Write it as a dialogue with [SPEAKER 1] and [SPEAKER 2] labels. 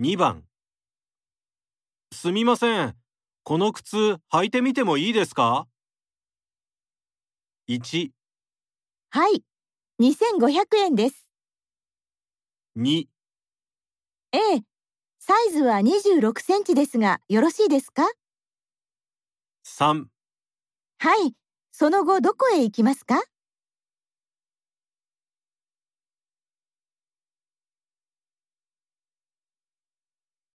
[SPEAKER 1] 2番すみません。この靴履いてみてもいいですか ?1、
[SPEAKER 2] はい。2500円です。
[SPEAKER 1] 2、
[SPEAKER 2] ええ。サイズは26センチですが、よろしいですか
[SPEAKER 1] 3
[SPEAKER 2] はい。その後どこへ行きますか